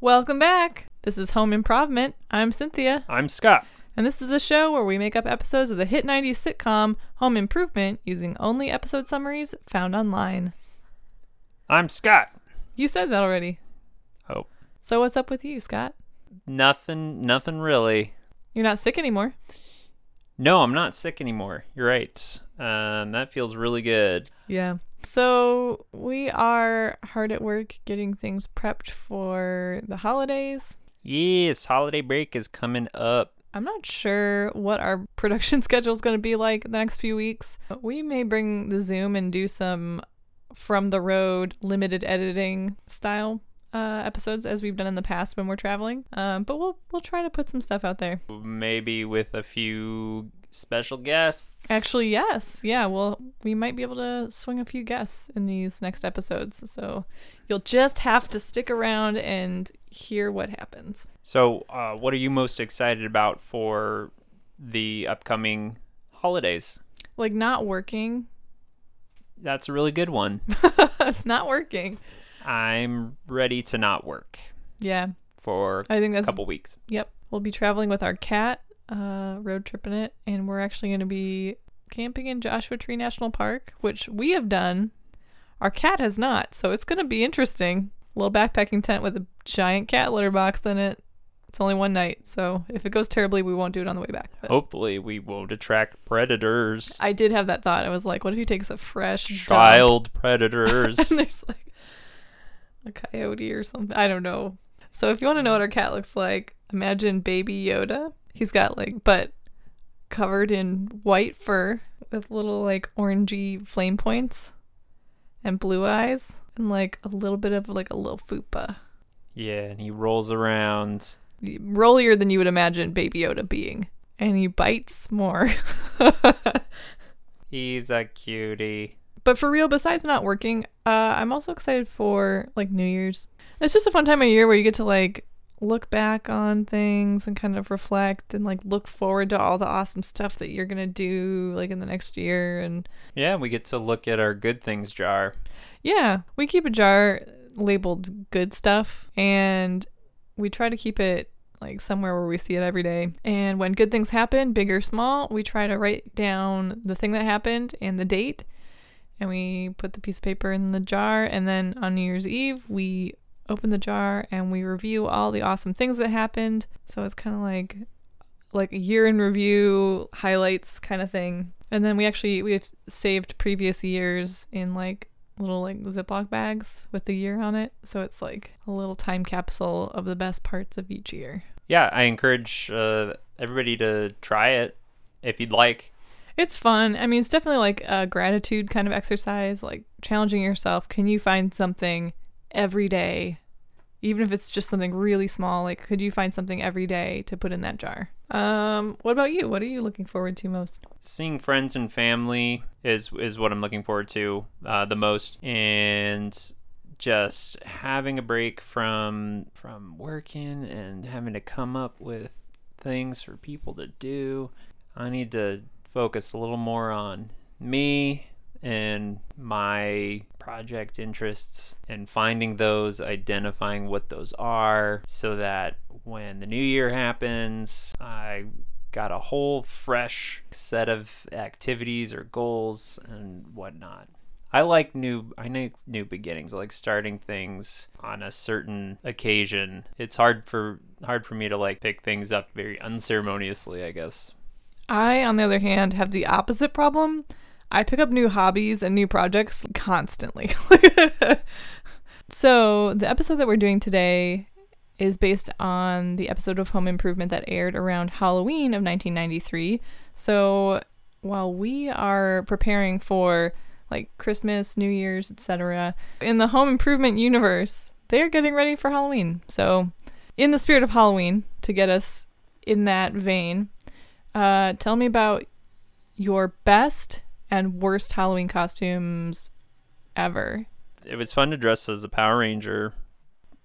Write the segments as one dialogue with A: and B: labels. A: Welcome back. This is Home Improvement. I'm Cynthia,
B: I'm Scott.
A: and this is the show where we make up episodes of the hit 90s sitcom Home Improvement using only episode summaries found online.
B: I'm Scott.
A: You said that already.
B: Oh,
A: So what's up with you, Scott?
B: nothing, nothing really.
A: You're not sick anymore.
B: No, I'm not sick anymore. You're right. Um, that feels really good.
A: Yeah. So we are hard at work getting things prepped for the holidays.
B: Yes, holiday break is coming up.
A: I'm not sure what our production schedule is going to be like the next few weeks. We may bring the Zoom and do some from the road limited editing style uh, episodes as we've done in the past when we're traveling. Um, but we'll we'll try to put some stuff out there.
B: Maybe with a few special guests.
A: Actually, yes, yeah. Well, we might be able to swing a few guests in these next episodes. So you'll just have to stick around and hear what happens.
B: So, uh, what are you most excited about for the upcoming holidays?
A: Like not working,
B: That's a really good one.
A: not working.
B: I'm ready to not work
A: Yeah,
B: for
A: I think
B: a
A: that's
B: couple weeks.
A: Yep. We'll be traveling with our cat, uh, road tripping it, and we're actually going to be camping in Joshua Tree National Park, which we have done. Our cat has not, so it's going to be interesting. Little backpacking tent with a giant cat litter box in it. It's only one night, so if it goes terribly, we won't do it on the way back. But
B: Hopefully, we won't attract predators.
A: I did have that thought. I was like, what if he takes a fresh dump?
B: child predators.
A: and there's like a coyote or something. I don't know. So if you want to know what our cat looks like, imagine baby Yoda. He's got like but covered in white fur with little like orangey flame points and blue eyes and like a little bit of like a little fupa.
B: yeah, and he rolls around.
A: Rollier than you would imagine baby Yoda being. And he bites more.
B: He's a cutie.
A: But for real, besides not working, uh, I'm also excited for like New Year's. It's just a fun time of year where you get to like look back on things and kind of reflect and like look forward to all the awesome stuff that you're gonna do like in the next year. And
B: Yeah, we get to look at our good things jar.
A: yeah, we keep a jar labeled good stuff and we try to keep it like somewhere where we see it every day. And when good things happen, big or small, we try to write down the thing that happened and the date. And we put the piece of paper in the jar. And then on New Year's Eve, we open the jar and we review all the awesome things that happened. So it's kind of like like a year in review highlights kind of thing. And then we actually we have saved previous years in like little like Ziploc bags with the year on it. So it's like a little time capsule of the best parts of each year.
B: Yeah, I encourage uh, everybody to try it if you'd like.
A: It's fun. I mean, it's definitely like a gratitude kind of exercise, like challenging yourself. Can you find something every day? Even if it's just something really small, like could you find something every day to put in that jar? Um, what about you? What are you looking forward to most?
B: Seeing friends and family is is what I'm looking forward to uh, the most, and just having a break from from working and having to come up with things for people to do. I need to focus a little more on me and my project interests and finding those, identifying what those are, so that when the new year happens, I got a whole fresh set of activities or goals and whatnot. I like new I like new beginnings. I like starting things on a certain occasion. It's hard for hard for me to like pick things up very unceremoniously, I guess.
A: I, on the other hand, have the opposite problem. I pick up new hobbies and new projects constantly. so, the episode that we're doing today is based on the episode of Home Improvement that aired around Halloween of 1993. So, while we are preparing for like Christmas, New Year's, etc., in the Home Improvement universe, they're getting ready for Halloween. So, in the spirit of Halloween, to get us in that vein, uh, tell me about your best and worst Halloween costumes ever.
B: It was fun to dress as a Power Ranger.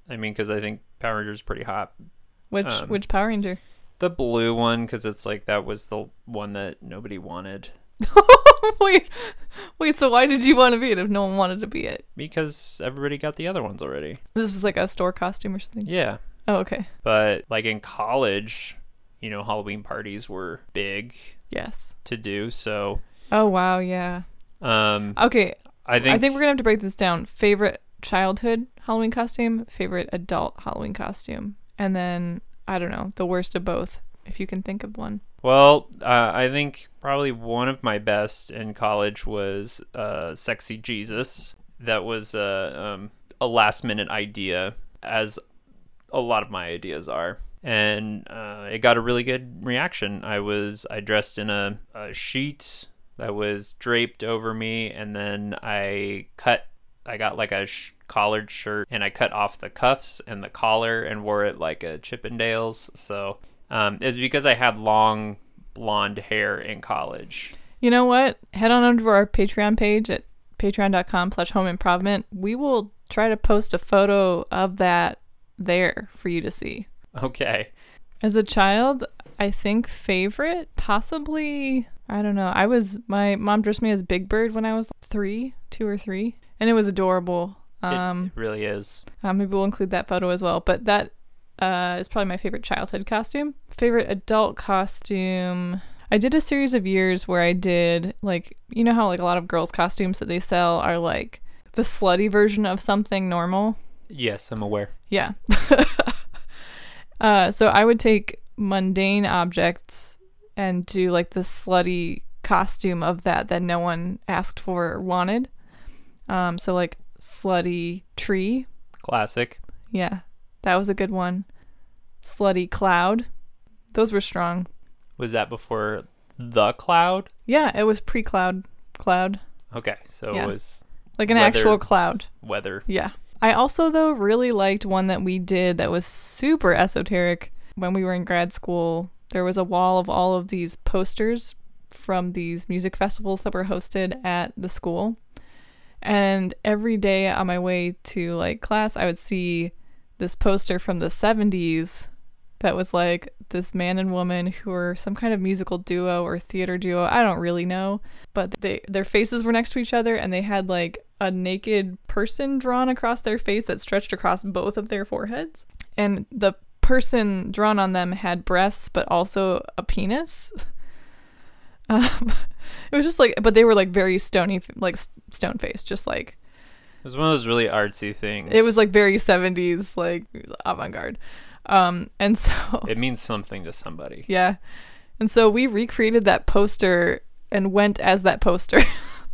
B: I mean, because I think Power Ranger's pretty hot.
A: Which
B: Um,
A: which Power Ranger?
B: The blue one, because it's like that was the one that nobody wanted.
A: wait, wait. So why did you want to be it if no one wanted to be it?
B: because everybody got the other ones already.
A: This was like a store costume or something.
B: Yeah.
A: Oh, okay.
B: But like in college, you know, Halloween parties were big
A: Yes.
B: to do. So,
A: Oh wow. Yeah.
B: um,
A: Okay.
B: I think
A: I think we're gonna have to break this down. Favorite childhood Halloween costume, favorite adult Halloween costume, and then I don't know the worst of both if you can think of one.
B: Well, uh, I think probably one of my best in college was uh, Sexy Jesus. That was uh, um, a last minute idea, as a lot of my ideas are. And uh, it got a really good reaction. I was I dressed in a, a sheet that was draped over me, and then I cut. I got like a sh- collared shirt, and I cut off the cuffs and the collar, and wore it like a Chippendales. So um, is because I had long blonde hair in college.
A: You know what? Head on over to our Patreon page at patreon.com slash home improvement. We will try to post a photo of that there for you to see.
B: Okay.
A: As a child, I think favorite, possibly, I don't know. I was, my mom dressed me as Big Bird when I was three, two or three, and it was adorable.
B: It,
A: Um,
B: it really is.
A: Uh, maybe we'll include that photo as well. But that uh, is probably my favorite childhood costume. Favorite adult costume. I did a series of years where I did like you know how like a lot of girls' costumes that they sell are like the slutty version of something normal.
B: Yes, I'm aware.
A: Yeah. uh, so I would take mundane objects and do like the slutty costume of that that no one asked for or wanted. Um, so like slutty tree
B: Classic.
A: yeah, that was a good one. Slutty Cloud. Those were strong.
B: Was that before the cloud?
A: Yeah, it was pre cloud. Cloud.
B: Okay, so
A: Yeah.
B: it was
A: Like an
B: Weather.
A: actual cloud.
B: weather.
A: Yeah. I also, though, really liked one that we did that was super esoteric when we were in grad school. There was a wall of all of these posters from these music festivals that were hosted at the school. And every day on my way to like class, I would see this poster from the 70s that was like this man and woman who were some kind of musical duo or theater duo. I don't really know but they their faces were next to each other and they had like a naked person drawn across their face that stretched across both of their foreheads and the person drawn on them had breasts but also a penis um, it was just like but they were like very stony like s- stone faced just like
B: It was one of those really artsy things.
A: it was like very 70s like avant-garde um and so
B: it means something to somebody.
A: yeah. And so we recreated that poster and went as that poster.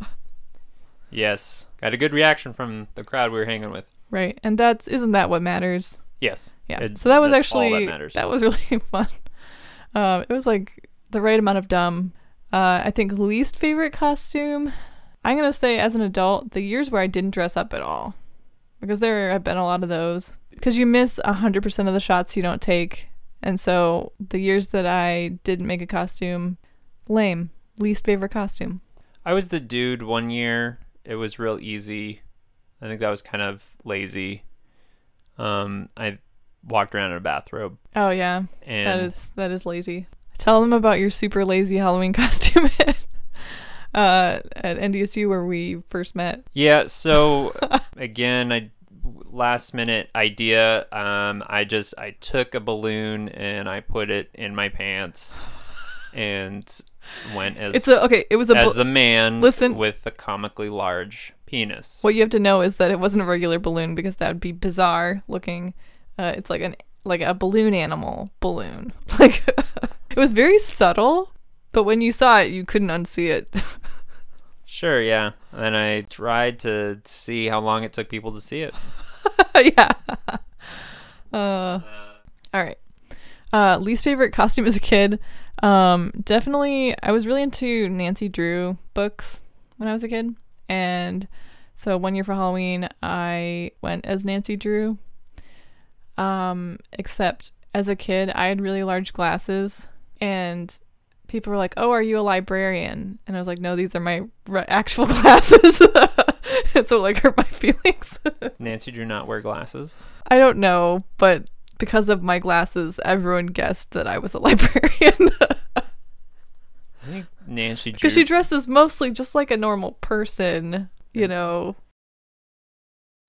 B: Yes, got a good reaction from the crowd we were hanging with.
A: right. And that's isn't that what matters?
B: Yes.
A: Yeah.
B: It-
A: so that was
B: that's all
A: actually
B: that matters.
A: was really fun. Um, it was like the right amount of dumb. Uh, I think least favorite costume. I'm gonna say as an adult, the years where I didn't dress up at all, because there have been a lot of those. Because you miss hundred percent of the shots you don't take, and so the years that I didn't make a costume, lame. Least favorite costume.
B: I was the dude one year. It was real easy. I think that was kind of lazy. Um, I walked around in a bathrobe
A: Oh yeah,
B: and
A: that is that is lazy. Tell them about your super lazy Halloween costume at, uh, at NDSU where we first met.
B: Yeah, so again, I last minute idea. Um, I just I took a balloon and I put it in my pants and went as
A: It's a okay. It was a.
B: as
A: bal-
B: a man
A: listen.
B: with a comically large penis.
A: what you have to know is that it wasn't a regular balloon because that would be bizarre looking. Uh, it's like an like a balloon animal balloon. Like it was very subtle, but when you saw it, you couldn't unsee it.
B: Sure, yeah. And then I tried to see how long it took people to see it.
A: yeah. Uh, all right. Uh, least favorite costume as a kid. Um, definitely, I was really into Nancy Drew books when I was a kid. And so one year for Halloween, I went as Nancy Drew. Um, except as a kid, I had really large glasses. And people were like, Oh, are you a librarian? And I was like, No, these are my r- actual glasses. and so, like, hurt my feelings.
B: Nancy Drew not wear glasses.
A: I don't know, but because of my glasses, everyone guessed that I was a librarian.
B: I think Nancy Drew.
A: because she dresses mostly just like a normal person, you know.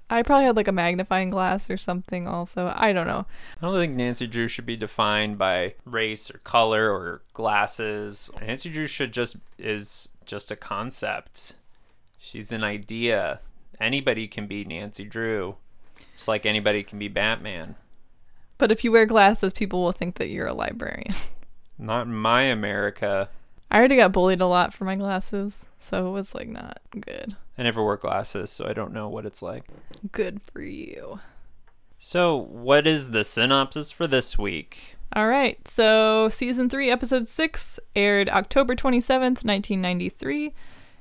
A: I probably had like a magnifying glass or something also. I don't know.
B: I don't think Nancy Drew should be defined by race or color or glasses. Nancy Drew should just is just a concept. She's an idea. Anybody can be Nancy Drew. Just like anybody can be Batman.
A: But if you wear glasses, people will think that you're a librarian.
B: Not in my America.
A: I already got bullied a lot for my glasses, so it was like not good.
B: I never wore glasses, so I don't know what it's like.
A: Good for you.
B: So, what is the synopsis for this week?
A: All right. So, season 3, episode 6 aired October 27th, 1993,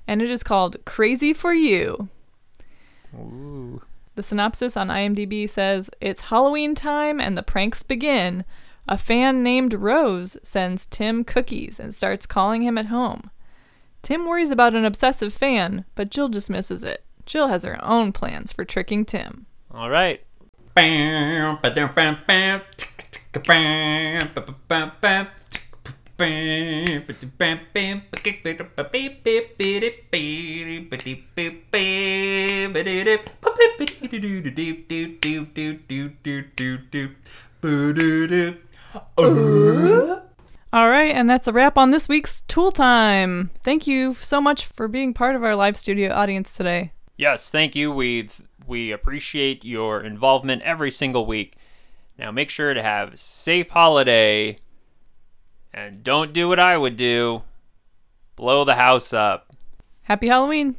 A: and it is called Crazy for You.
B: Ooh.
A: The synopsis on IMDb says it's Halloween time and the pranks begin. A fan named Rose sends Tim cookies and starts calling him at home. Tim worries about an obsessive fan, but Jill dismisses it. Jill has her own plans for tricking Tim.
B: All right.
A: All right, and that's a wrap on this week's Tool Time. Thank you so much for being part of our live studio audience today.
B: Yes, thank you. We we appreciate your involvement every single week. Now make sure to have a safe holiday and don't do what I would do. Blow the house up.
A: Happy Halloween!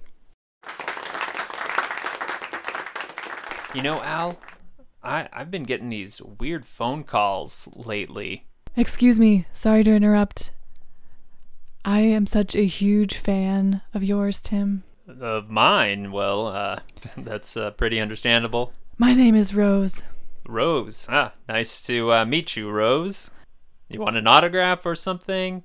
B: You know, Al, I, I've been getting these weird phone calls lately.
A: Excuse me, sorry to interrupt. I am such a huge fan of yours, Tim.
B: Of mine, well, uh, that's uh, pretty understandable.
A: My name is Rose.
B: Rose, ah, nice to uh, meet you, Rose. You want an autograph or something?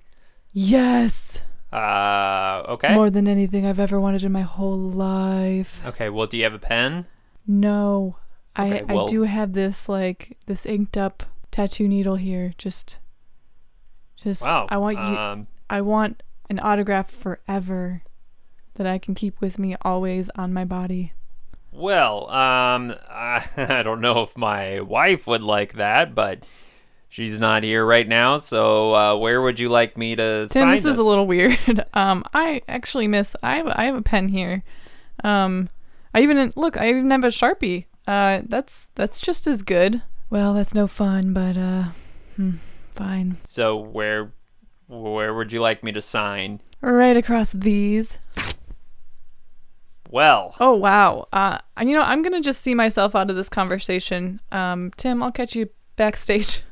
A: Yes!
B: Uh, okay.
A: More than anything I've ever wanted in my whole life.
B: Okay, well, do you have a pen?
A: No.
B: Okay,
A: I,
B: well-
A: I do have this, like, this inked up tattoo needle here. Just. Just.
B: Wow.
A: I want you.
B: Um,
A: I want an autograph forever that I can keep with me always on my body.
B: Well, um, I, I don't know if my wife would like that, but she's not here right now. So, uh, where would you like me to
A: Tim,
B: sign
A: this is a little weird. Um, I actually miss. I have, I have a pen here. Um, I even look. I even have a sharpie. Uh, that's that's just as good. Well, that's no fun, but uh, hmm, fine.
B: So, where, where would you like me to sign?
A: Right across these.
B: Well,
A: Oh wow. Uh, and you know I'm gonna just see myself out of this conversation. Um, Tim, I'll catch you backstage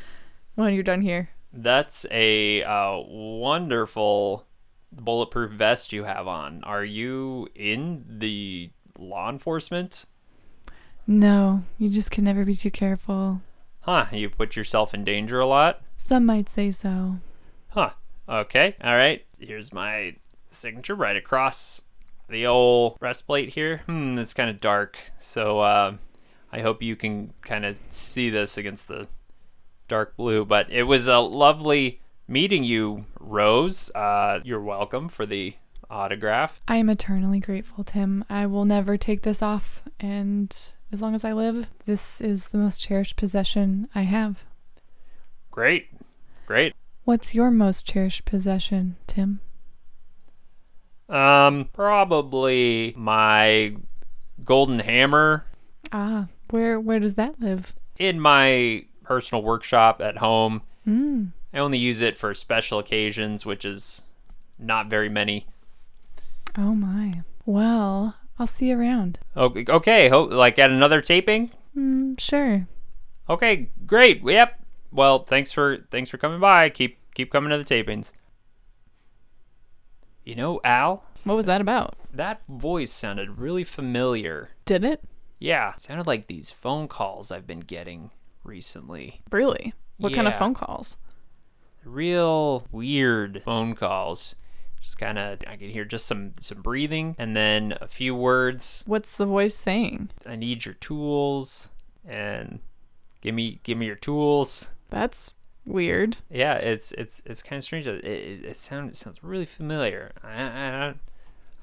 A: when you're done here.
B: that's a uh, wonderful bulletproof vest you have on. Are you in the law enforcement?
A: No, you just can never be too careful.
B: Huh? You put yourself in danger a lot.
A: Some might say so.
B: Huh. Okay. All right. Here's my signature right across the old breastplate here. Hmm, it's kind of dark. So uh, I hope you can kind of see this against the dark blue. But it was a lovely meeting you, Rose. Uh, you're welcome for the autograph.
A: I am eternally grateful, Tim. I will never take this off, and as long as I live, this is the most cherished possession I have.
B: Great. Great.
A: What's your most cherished possession, Tim?
B: Um, probably my golden hammer
A: Ah, where where does that live?
B: in my personal workshop at home.
A: Mm.
B: I only use it for special occasions, which is not very many.
A: Oh my. Well, I'll see you around.
B: Okay, okay ho- like at another taping.
A: Mm, sure.
B: Okay, great. Yep. Well, thanks for thanks for coming by. Keep keep coming to the tapings. You know, Al,
A: What was that about?
B: that voice sounded really familiar.
A: Did it
B: Yeah, sounded like these phone calls I've been getting recently.
A: really? What kind of
B: Yeah.
A: phone calls?
B: real weird phone calls. Just kind of, I can hear just some some breathing, and then a few words.
A: What's the voice saying?
B: I need your tools, and give me give me your tools.
A: That's weird.
B: Yeah, it's it's it's kind of strange. It it, it sounds it sounds really familiar. I, I don't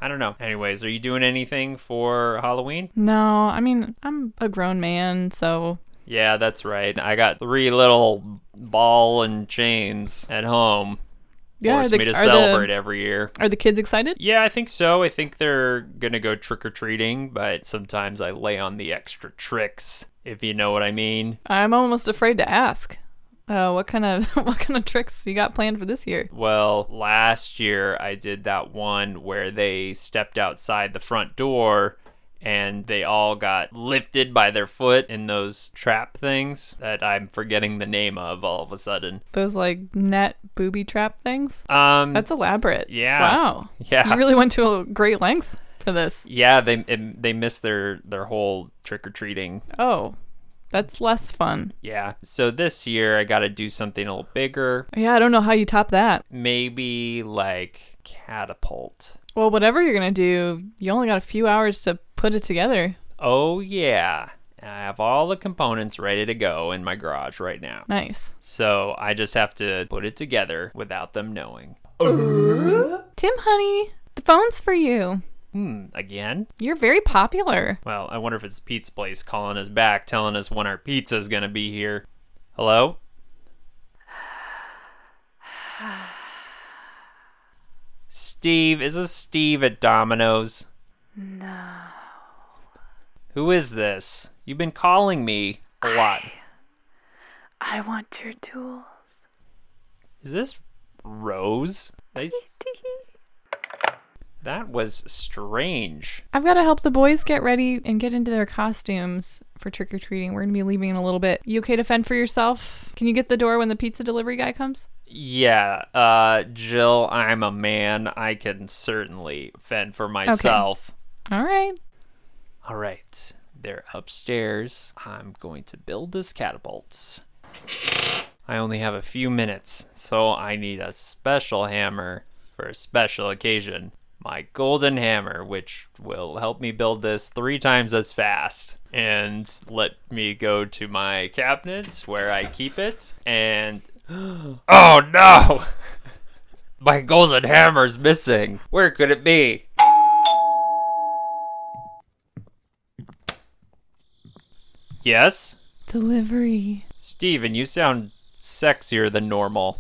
B: I don't know. Anyways, are you doing anything for Halloween?
A: No, I mean, I'm a grown man, so
B: Yeah, that's right. I got three little ball and chains at home.
A: Yeah,
B: forced
A: the-
B: me to
A: are the-
B: celebrate every year.
A: are the kids excited?
B: Yeah, I think so. I think they're gonna go trick or treating, but sometimes I lay on the extra tricks, if you know what I mean.
A: I'm almost afraid to ask. Uh, what kind of what kind of tricks you got planned for this year?
B: Well, last year I did that one where they stepped outside the front door and they all got lifted by their foot in those trap things that I'm forgetting the name of all of a sudden.
A: Those like net booby trap things?
B: Um
A: That's elaborate.
B: Yeah.
A: Wow.
B: yeah.
A: You really went to a great length for this.
B: yeah, they it, they missed their their whole trick or treating
A: Oh, that's less fun.
B: Yeah. So this year I got to do something a little bigger.
A: Yeah, I don't know how you top that.
B: Maybe like catapult.
A: Well, whatever you're gonna do, you only got a few hours to put it together.
B: Oh, yeah. I have all the components ready to go in my garage right now.
A: Nice.
B: So I just have to put it together without them knowing.
A: Tim, honey, the phone's for you.
B: Hmm, again?
A: You're very popular.
B: Well, I wonder if it's Pete's place calling us back, telling us when our pizza's gonna be here. Hello? Steve, is this Steve at Domino's? No. Who is this? You've been calling me a lot.
C: I want your tools.
B: Is this Rose? I s- that was strange.
A: I've got to help the boys get ready and get into their costumes for trick or treating. We're gonna be leaving in a little bit. You okay to fend for yourself? Can you get the door when the pizza delivery guy comes?
B: Yeah, uh, Jill, I'm a man. I can certainly fend for myself.
A: All right.
B: All right, they're upstairs. I'm going to build this catapult. I only have a few minutes, so I need a special hammer for a special occasion. My golden hammer, which will help me build this three times as fast. And let me go to my cabinet where I keep it. And. Oh no! My golden hammer's missing! Where could it be? Yes?
A: Delivery.
B: Steven, you sound sexier than normal.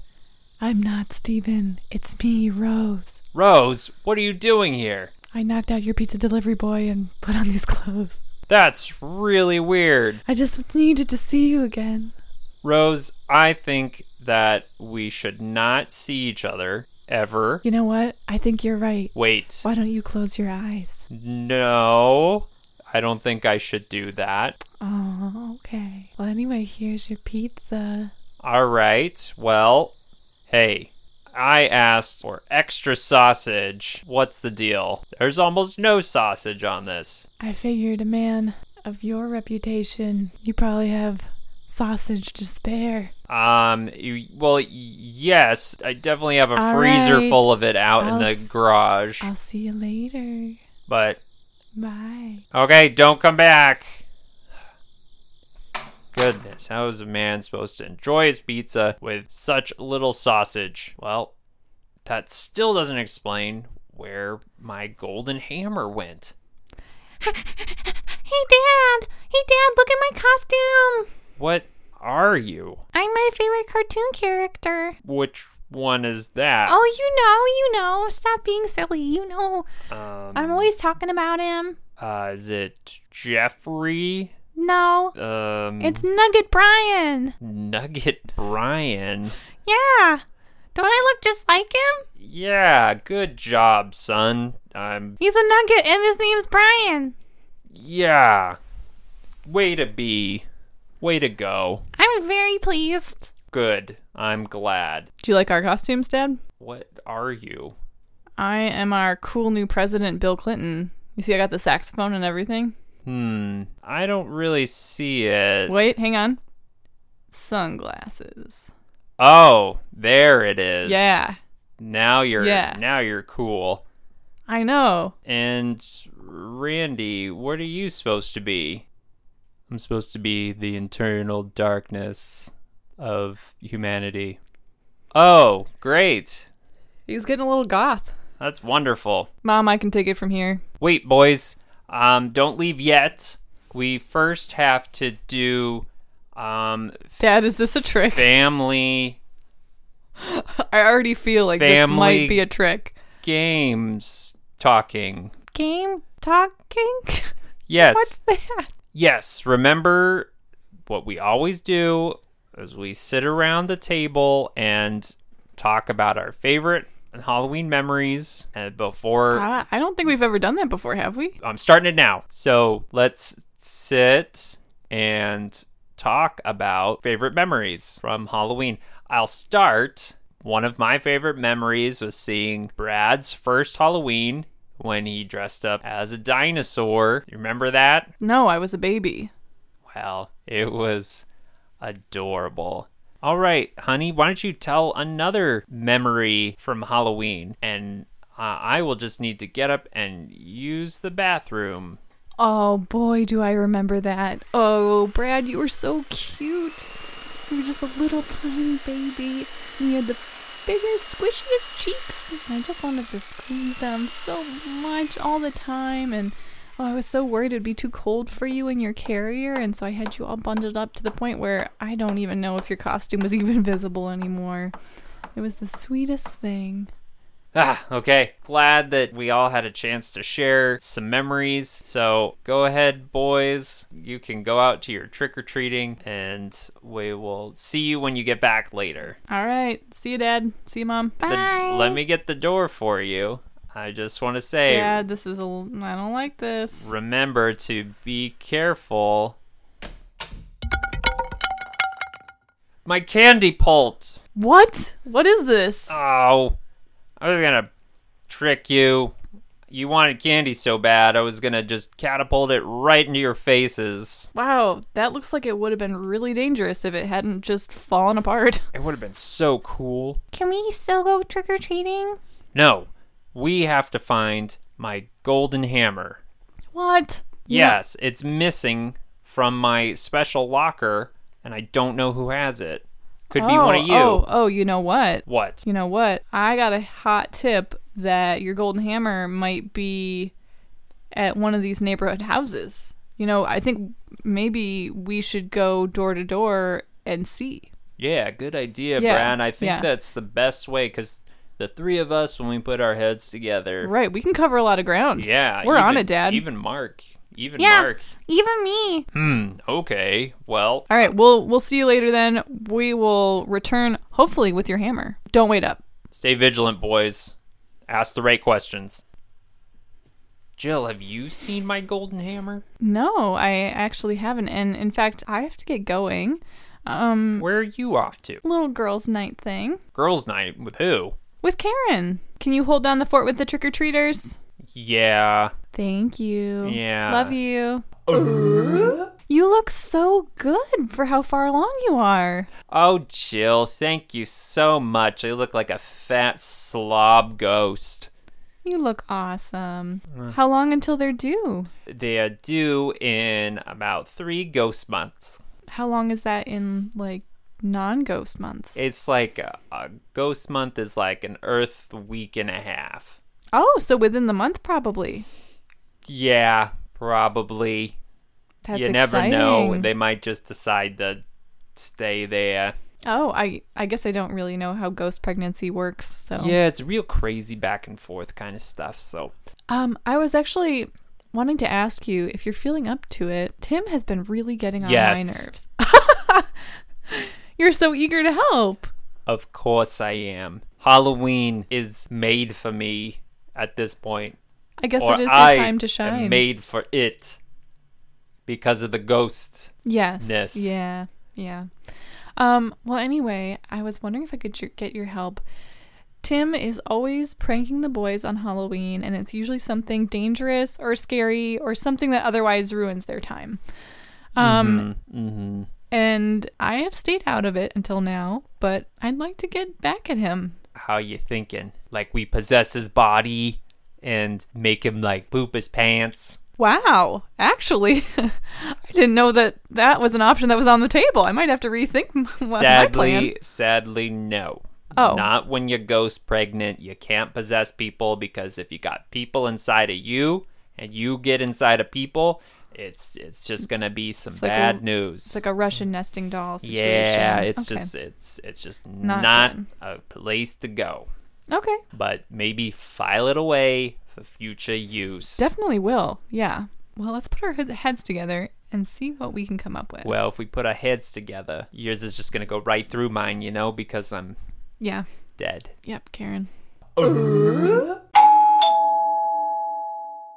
A: I'm not Steven. It's me, Rose.
B: Rose, what are you doing here?
A: I knocked out your pizza delivery boy and put on these clothes.
B: That's really weird.
A: I just needed to see you again.
B: Rose, I think that we should not see each other ever.
A: You know what? I think you're right.
B: Wait.
A: Why don't you close your eyes?
B: No. I don't think I should do that.
A: Oh, okay. Well, anyway, here's your pizza.
B: All right. Well, hey. I asked for extra sausage. What's the deal? There's almost no sausage on this.
A: I figured a man of your reputation, you probably have sausage to spare.
B: Um. You, well, y- yes, I definitely have a
A: All
B: freezer
A: right.
B: full of it out in
A: I'll
B: the
A: s-
B: garage.
A: I'll see you later.
B: but
A: Bye.
B: okay, don't come back. Goodness, how is a man supposed to enjoy his pizza with such little sausage? Well, that still doesn't explain where my golden hammer went.
C: Hey, Dad! Hey, Dad, look at my costume!
B: What are you?
C: I'm my favorite cartoon character.
B: Which one is that?
C: Oh, you know, you know. Stop being silly. You know.
A: Oh,
B: um,
C: I'm always talking about him.
B: uh, is it Jeffrey?
C: No,
B: Um,
C: it's Nugget Brian.
B: Nugget Brian.
C: Yeah. Don't I look just like him?
B: Yeah, good job, son. Um, I'm.
C: He's a nugget and his name's Brian.
B: Yeah. Way to be. Way to go.
C: I'm very pleased.
B: Good. I'm glad.
A: Do you like our costumes, Dad?
B: What are you?
A: I am our cool new president, Bill Clinton. You see, I got the saxophone and everything.
B: Hmm. I don't really see it.
A: Wait, hang on. Sunglasses.
B: Oh, there it is.
A: Yeah,
B: Now you're.
A: Yeah.
B: Now you're cool.
A: I know.
B: And Randy, what are you supposed to be? I'm supposed to be the internal darkness of humanity. Oh, great.
A: He's getting a little goth.
B: That's wonderful.
A: Mom, I can take it from here.
B: Wait, boys, um, don't leave yet. We first have to do um,
A: Dad, is this a trick?
B: family
A: I already feel like this
B: Family-
A: might be a trick.
B: games talking.
C: Game talking?
B: Yes.
C: What's that?
B: Yes, remember what we always do is we sit around the table and talk about our favorite Halloween memories. And before
A: Uh, I don't think we've ever done that before, have we?
B: I'm starting it now. So let's sit and talk about favorite memories from Halloween. I'll start. One of my favorite memories was seeing Brad's first Halloween when he dressed up as a dinosaur. You remember that?
A: No, I was a baby.
B: Well, it was adorable. All right, honey, why don't you tell another memory from Halloween? And uh, I will just need to get up and use the bathroom.
A: Oh boy, do I remember that. Oh, Brad, you were so cute. You were just a little tiny baby. And you had the biggest, squishiest cheeks. And I just wanted to squeeze them so much all the time. And oh, I was so worried it'd be too cold for you in your carrier. And so I had you all bundled up to the point where I don't even know if your costume was even visible anymore. It was the sweetest thing.
B: Ah, okay. Glad that we all had a chance to share some memories. So go ahead, boys. You can go out to your trick or treating, and we will see you when you get back later.
A: All right. See you, Dad. See you, Mom.
B: The-
C: Bye.
B: let me get the door for you. I just want to say,
A: Dad, this is a. l- I don't like this.
B: remember to be careful. My candy pult.
A: What? What is this?
B: Oh, I was gonna trick you. You wanted candy so bad, I was gonna just catapult it right into your faces.
A: wow, that looks like it would have been really dangerous if it hadn't just fallen apart.
B: It would have been so cool.
C: Can we still go trick or treating?
B: No, we have to find my golden hammer.
A: What?
B: Yes, it's missing from my special locker, and I don't know who has it. Could be one of you.
A: Oh, oh, you know what?
B: What?
A: You know what? I got a hot tip that your golden hammer might be at one of these neighborhood houses. You know, I think maybe we should go door to door and see.
B: Yeah, good idea,
A: Yeah,
B: Brad. I think
A: yeah.
B: that's the best way because the three of us, when we put our heads together,
A: Right, we can cover a lot of ground.
B: yeah,
A: We're on
B: even-
A: it, Dad.
B: Even Mark, even
C: Yeah.
B: Mark.
C: Even me.
B: Hmm. Okay. Well,
A: All right, we'll we'll see you later then. We will return hopefully with your hammer. Don't wait up.
B: stay vigilant, boys. Ask the right questions. Jill, have you seen my golden hammer?
A: No, I actually haven't. And in fact, I have to get going. Um,
B: Where are you off to?
A: little girls' night thing
B: Girls' night with who?
A: with Karen. Can you hold down the fort with the trick or treaters?
B: Yeah.
A: Thank you.
B: Yeah.
A: Love you. You look so good for how far along you are.
B: Oh, Jill, thank you so much. I look like a fat slob ghost.
A: You look awesome. How long until they're due?
B: They are due in about three ghost months.
A: How long is that in like non ghost months?
B: It's like a, a ghost month is like an Earth week and a half.
A: Oh, so within the month probably.
B: Yeah, probably.
A: That's
B: you never know.
A: exciting.
B: They might just decide to stay there.
A: Oh, I I guess I don't really know how ghost pregnancy works. So
B: Yeah, it's real crazy back and forth kind of stuff. So,
A: um, I was actually wanting to ask you if you're feeling up to it. Tim has been really getting on my
B: Yes.
A: nerves. you're so eager to help.
B: of course, I am. Halloween is made for me at this point.
A: I guess
B: or
A: it is your
B: I
A: time to
B: am
A: shine.
B: made for it because of the ghosts.
A: yes.
B: Yes.
A: Yeah. Yeah. Um, well, anyway, I was wondering if I could ju- get your help. Tim is always pranking the boys on Halloween, and it's usually something dangerous or scary or something that otherwise ruins their time. Um,
B: Mm-hmm.
A: and I have stayed out of it until now, but I'd like to get back at him.
B: How you thinking? Like we possess his body and make him like poop his pants.
A: Wow, actually, I didn't know that that was an option that was on the table. I might have to rethink m- what my plan.
B: sadly, sadly, no.
A: Oh.
B: Not when you're ghost pregnant. You can't possess people because if you got people inside of you and you get inside of people, it's it's just gonna be some
A: like a-
B: bad news.
A: It's like a Russian nesting doll situation.
B: yeah, it's
A: Okay.
B: just it's it's just
A: Not
B: not,
A: fun.
B: a place to go.
A: okay.
B: But maybe file it away for future use.
A: Definitely will. Yeah. Well, let's put our head- heads together and see what we can come up with.
B: well, if we put our heads together, yours is just gonna go right through mine, you know, because I'm
A: yeah.
B: dead.
A: Yep, Karen.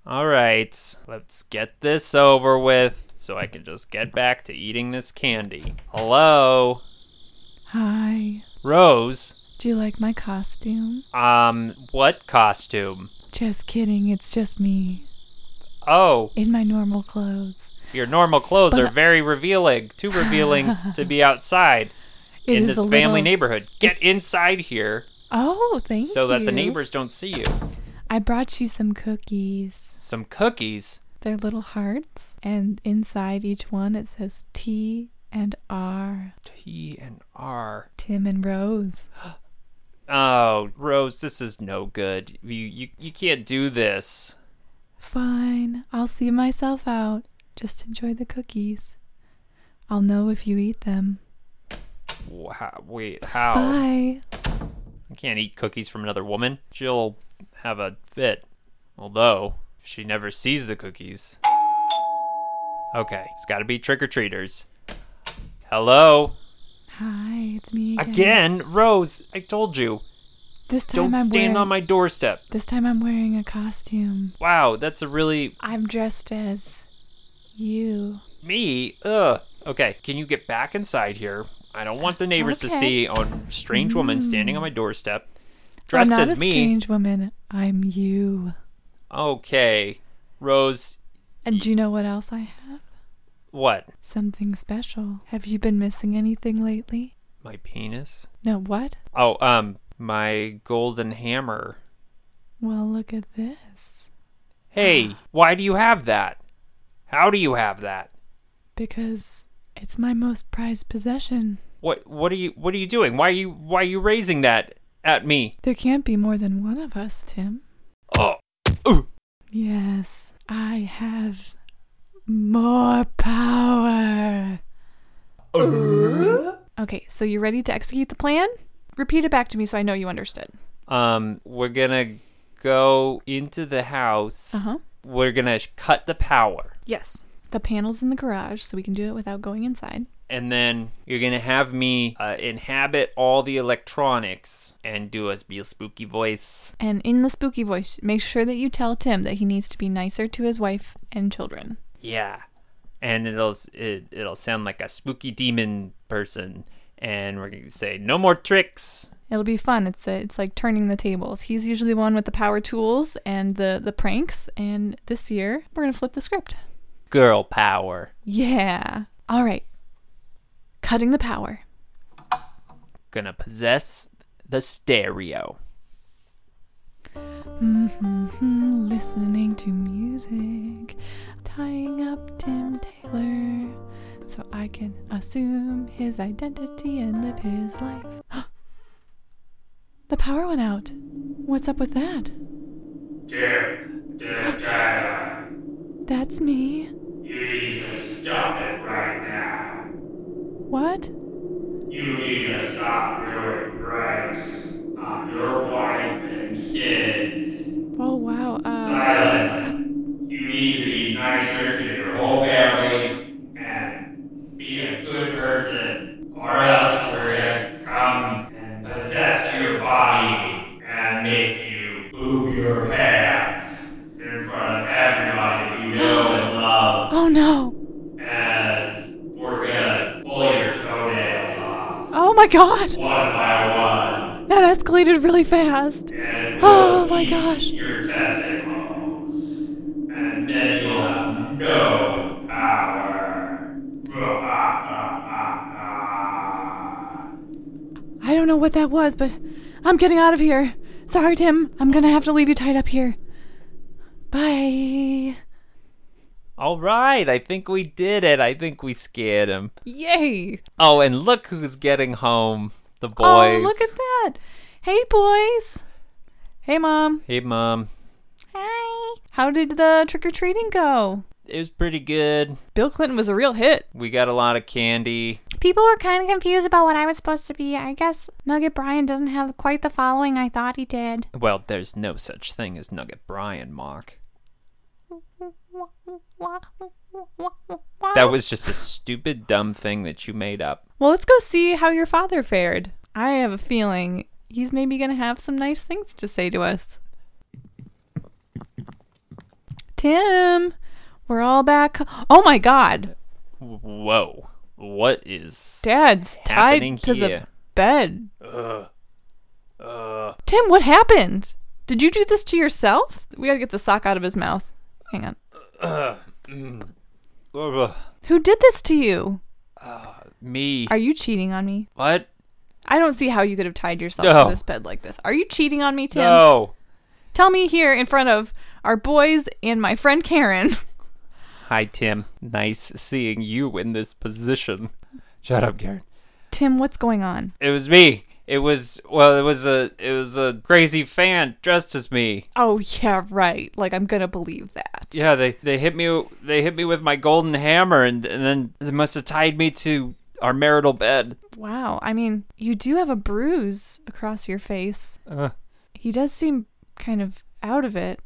B: All right, let's get this over with so I can just get back to eating this candy. Hello,
A: Hi.
B: Rose.
A: Do you like my costume?
B: Um, what costume?
A: Just kidding. It's just me
B: Oh,
A: in my normal clothes.
B: your normal clothes are
A: But-
B: very revealing, too revealing to be outside
A: It
B: in
A: is
B: this
A: a
B: family
A: little-
B: neighborhood. Get inside here
A: Oh, thank you.
B: so that the neighbors don't see you.
A: I brought you some cookies.
B: Some cookies.
A: They're little hearts, and inside each one it says T and R.
B: T and R.
A: Tim and Rose.
B: Oh, Rose, this is no good. You you, you can't do this.
A: Fine. I'll see myself out. Just enjoy the cookies. I'll know if you eat them.
B: Wow, wait, how?
A: Bye.
B: I can't eat cookies from another woman. She'll have a fit. Although, if she never sees the cookies. Okay, it's gotta be trick or treaters. Hello?
A: Hi, it's me again.
B: Again? Rose, I told you.
A: This time
B: Don't
A: I'm
B: stand
A: wearing,
B: on my doorstep.
A: This time I'm wearing a costume.
B: Wow, that's a really.
A: I'm dressed as you.
B: Me? Ugh. Okay, can you get back inside here? I don't want the neighbors
A: Okay. Hmm.
B: to see a strange woman standing on my doorstep dressed
A: I'm not
B: as
A: a
B: me.
A: strange woman. I'm you.
B: Okay. Rose,
A: And do you know what else I have?
B: what?
A: Something special. Have you been missing anything lately?
B: My penis?
A: No, what?
B: Oh, um, my golden hammer.
A: Well, look at this.
B: Hey, why do you have that? How do you have that?
A: Because it's my most prized possession.
B: What what are you what are you doing? Why are you why are you raising that at me?
A: There can't be more than one of us, Tim.
B: Oh. Ooh.
A: Yes, I have more power. Okay, so you ready to execute the plan? Repeat it back to me so I know you understood.
B: Um, we're going to go into the house.
A: huh.
B: We're going to cut the power.
A: Yes. The panel's in the garage, so we can do it without going inside.
B: And then you're going to have me uh, inhabit all the electronics and do a, be a spooky voice.
A: And in the spooky voice, make sure that you tell Tim that he needs to be nicer to his wife and children.
B: Yeah. And it'll s- it, it'll sound like a spooky demon person and we're going to say no more tricks.
A: It'll be fun. It's a, it's like turning the tables. He's usually the one with the power tools and the the pranks. And this year, we're gonna flip the script.
B: Girl power.
A: Yeah. All right. Cutting the power.
B: Gonna possess the stereo.
A: Mhm, Listening to music, tying up Tim Taylor so I can assume his identity and live his life. the power went out. What's up with that?
D: Tim, Tim Taylor,
A: That's me.
D: you need to stop it right now.
A: What?
D: You need to stop doing pranks on your wife and kids.
A: Oh, wow. Uh,
D: Silence. You need to be nicer to your whole family and be a good person, or else we're gonna come and possess your body and make you boo your pants in front of everybody you know and love.
A: oh, no.
D: and we're gonna pull your toenails off
A: Oh, my God.
D: one by one,
A: That escalated really fast.
D: and
A: Oh,
D: we'll
A: my
D: eat
A: gosh.
D: your testicles, and then you'll have no power.
A: I don't know what that was, but I'm getting out of here. Sorry, Tim. I'm going to have to leave you tied up here. Bye.
B: All right, I think we did it. I think we scared him.
A: Yay!
B: Oh, and look who's getting home. The boys.
A: Oh, look at that. Hey, boys. Hey, mom.
B: Hey, mom.
C: Hi.
A: How did the trick or treating go?
B: It was pretty good.
A: Bill Clinton was a real hit.
B: We got a lot of candy.
C: People were kind of confused about what I was supposed to be. I guess Nugget Brian doesn't have quite the following I thought he did.
B: Well, there's no such thing as Nugget Brian, Mark. That was just a stupid, dumb thing that you made up.
A: Well, let's go see how your father fared. I have a feeling he's maybe going to have some nice things to say to us. Tim, we're all back. Oh my God.
B: Whoa. What is.
A: Dad's
B: Happening
A: tied to the
B: here.
A: bed. Tim, what happened? Did you do this to yourself? We got to get the sock out of his mouth. Hang on. Who did this to you?
B: Me.
A: Are you cheating on me?
B: what?
A: I don't see how you could have tied yourself
B: No.
A: to this bed like this. Are you cheating on me, Tim?
B: No.
A: Tell me here in front of our boys and my friend Karen.
B: Hi, Tim. Nice seeing you in this position. Shut up, Karen.
A: Tim, what's going on?
B: It was me. It was well. It was a it was a crazy fan dressed as me.
A: Oh, yeah, right. Like, I'm going to believe that.
B: Yeah, they they hit me. They hit me with my golden hammer, and and then they must have tied me to our marital bed.
A: Wow. I mean, you do have a bruise across your face.
B: Uh.
A: He does seem kind of out of it.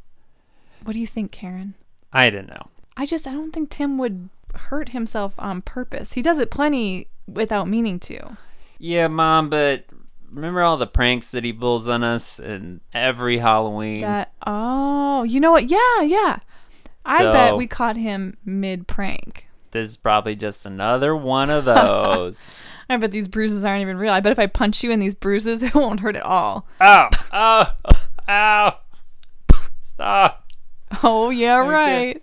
A: What do you think, Karen?
B: I don't know.
A: I just I don't think Tim would hurt himself on purpose. He does it plenty without meaning to.
B: Yeah, mom, but remember all the pranks that he pulls on us, and every Halloween.
A: That oh, you know what? Yeah, yeah. I bet
B: So-
A: we caught him mid prank.
B: This is probably just another one of those.
A: I bet these bruises aren't even real. I bet if I punch you in these bruises, it won't hurt at all.
B: ow! Ow! Ow! Stop!
A: Oh yeah, right.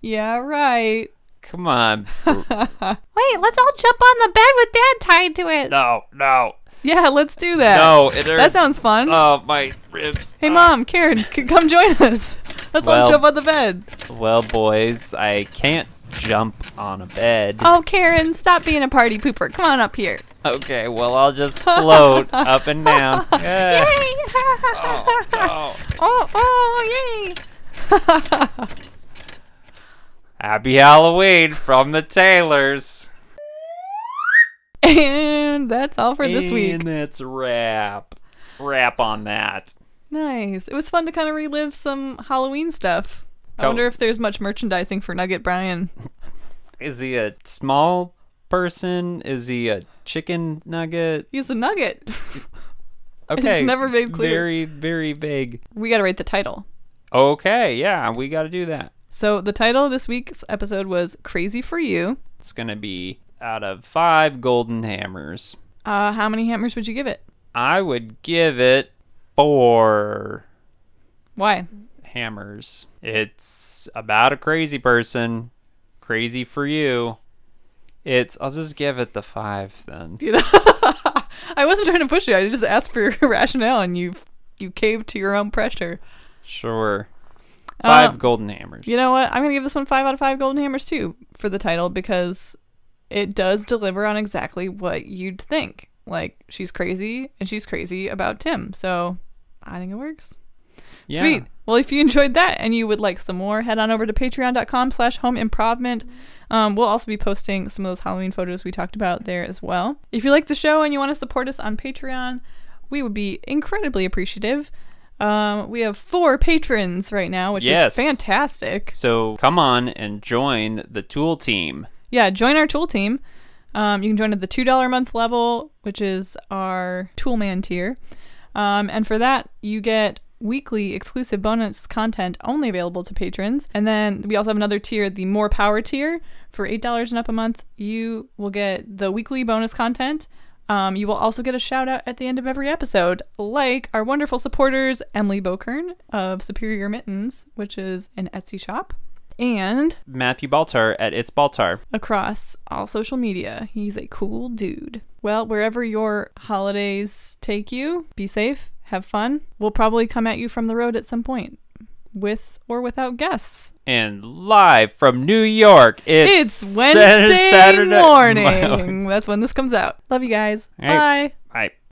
A: Yeah, right.
B: Come on.
C: Wait, let's all jump on the bed with Dad tied to it.
B: No, no,
A: Yeah, let's do that.
B: no. It hurts.
A: That sounds fun.
B: Oh, my ribs.
A: hey mom, Karen, c- come join us. Let's all
B: Well-
A: jump on the bed.
B: Well, boys, I can't jump on a bed.
A: Oh, Karen, stop being a party pooper. Come on up here.
B: Okay, well, I'll just float up and down. Yeah.
C: oh,
B: Oh.
C: oh, yay.
B: Happy Halloween from the Taylors.
A: And that's all for this week.
B: And it's wrap. Wrap on that.
A: Nice. It was fun to kind of relive some Halloween stuff. I
B: Cool.
A: wonder if there's much merchandising for Nugget Brian.
B: Is he a small person? Is he a chicken nugget?
A: He's a nugget.
B: Okay.
A: never made clear.
B: Very, very vague.
A: we got to write the title.
B: Okay, yeah, we got to do that.
A: So the title of this week's episode was Crazy for You.
B: It's going to be out of five golden hammers.
A: Uh, how many hammers would you give it?
B: I would give it four
A: Why?
B: hammers. It's about a crazy person. Crazy for you. It's, I'll just give it the five then.
A: You know, I wasn't trying to push you. I just asked for your rationale, and you you caved to your own pressure.
B: Sure. Five
A: Um,
B: golden hammers.
A: You know what? I'm going to give this one five out of five golden hammers, too, for the title because it does deliver on exactly what you'd think. Like, she's crazy and she's crazy about Tim. So I think it works.
B: Yeah.
A: Sweet. Well, if you enjoyed that and you would like some more, head on over to patreon.com slash home improvement. Um, we'll also be posting some of those Halloween photos we talked about there as well. If you like the show and you want to support us on Patreon, we would be incredibly appreciative. Um, we have four patrons right now, which
B: Yes.
A: is fantastic.
B: So come on and join the tool team.
A: yeah, join our tool team. Um, you can join at the two dollar a month level, which is our toolman tier, um, and for that you get weekly exclusive bonus content only available to patrons. And then we also have another tier, the more power tier, for eight dollars and up a month. You will get the weekly bonus content. Um, you will also get a shout out at the end of every episode, like our wonderful supporters Emily Bokern of Superior Mittens, which is an Etsy shop, and
B: Matthew Baltar at It's Baltar.
A: across all social media. He's a cool dude. Well, wherever your holidays take you, be safe, have fun. We'll probably come at you from the road at some point. with or without guests.
B: And live from New York, it's,
A: It's, Wednesday
B: Saturday-
A: morning. That's when this comes out. Love you guys.
B: All right.
A: Bye.
B: Bye.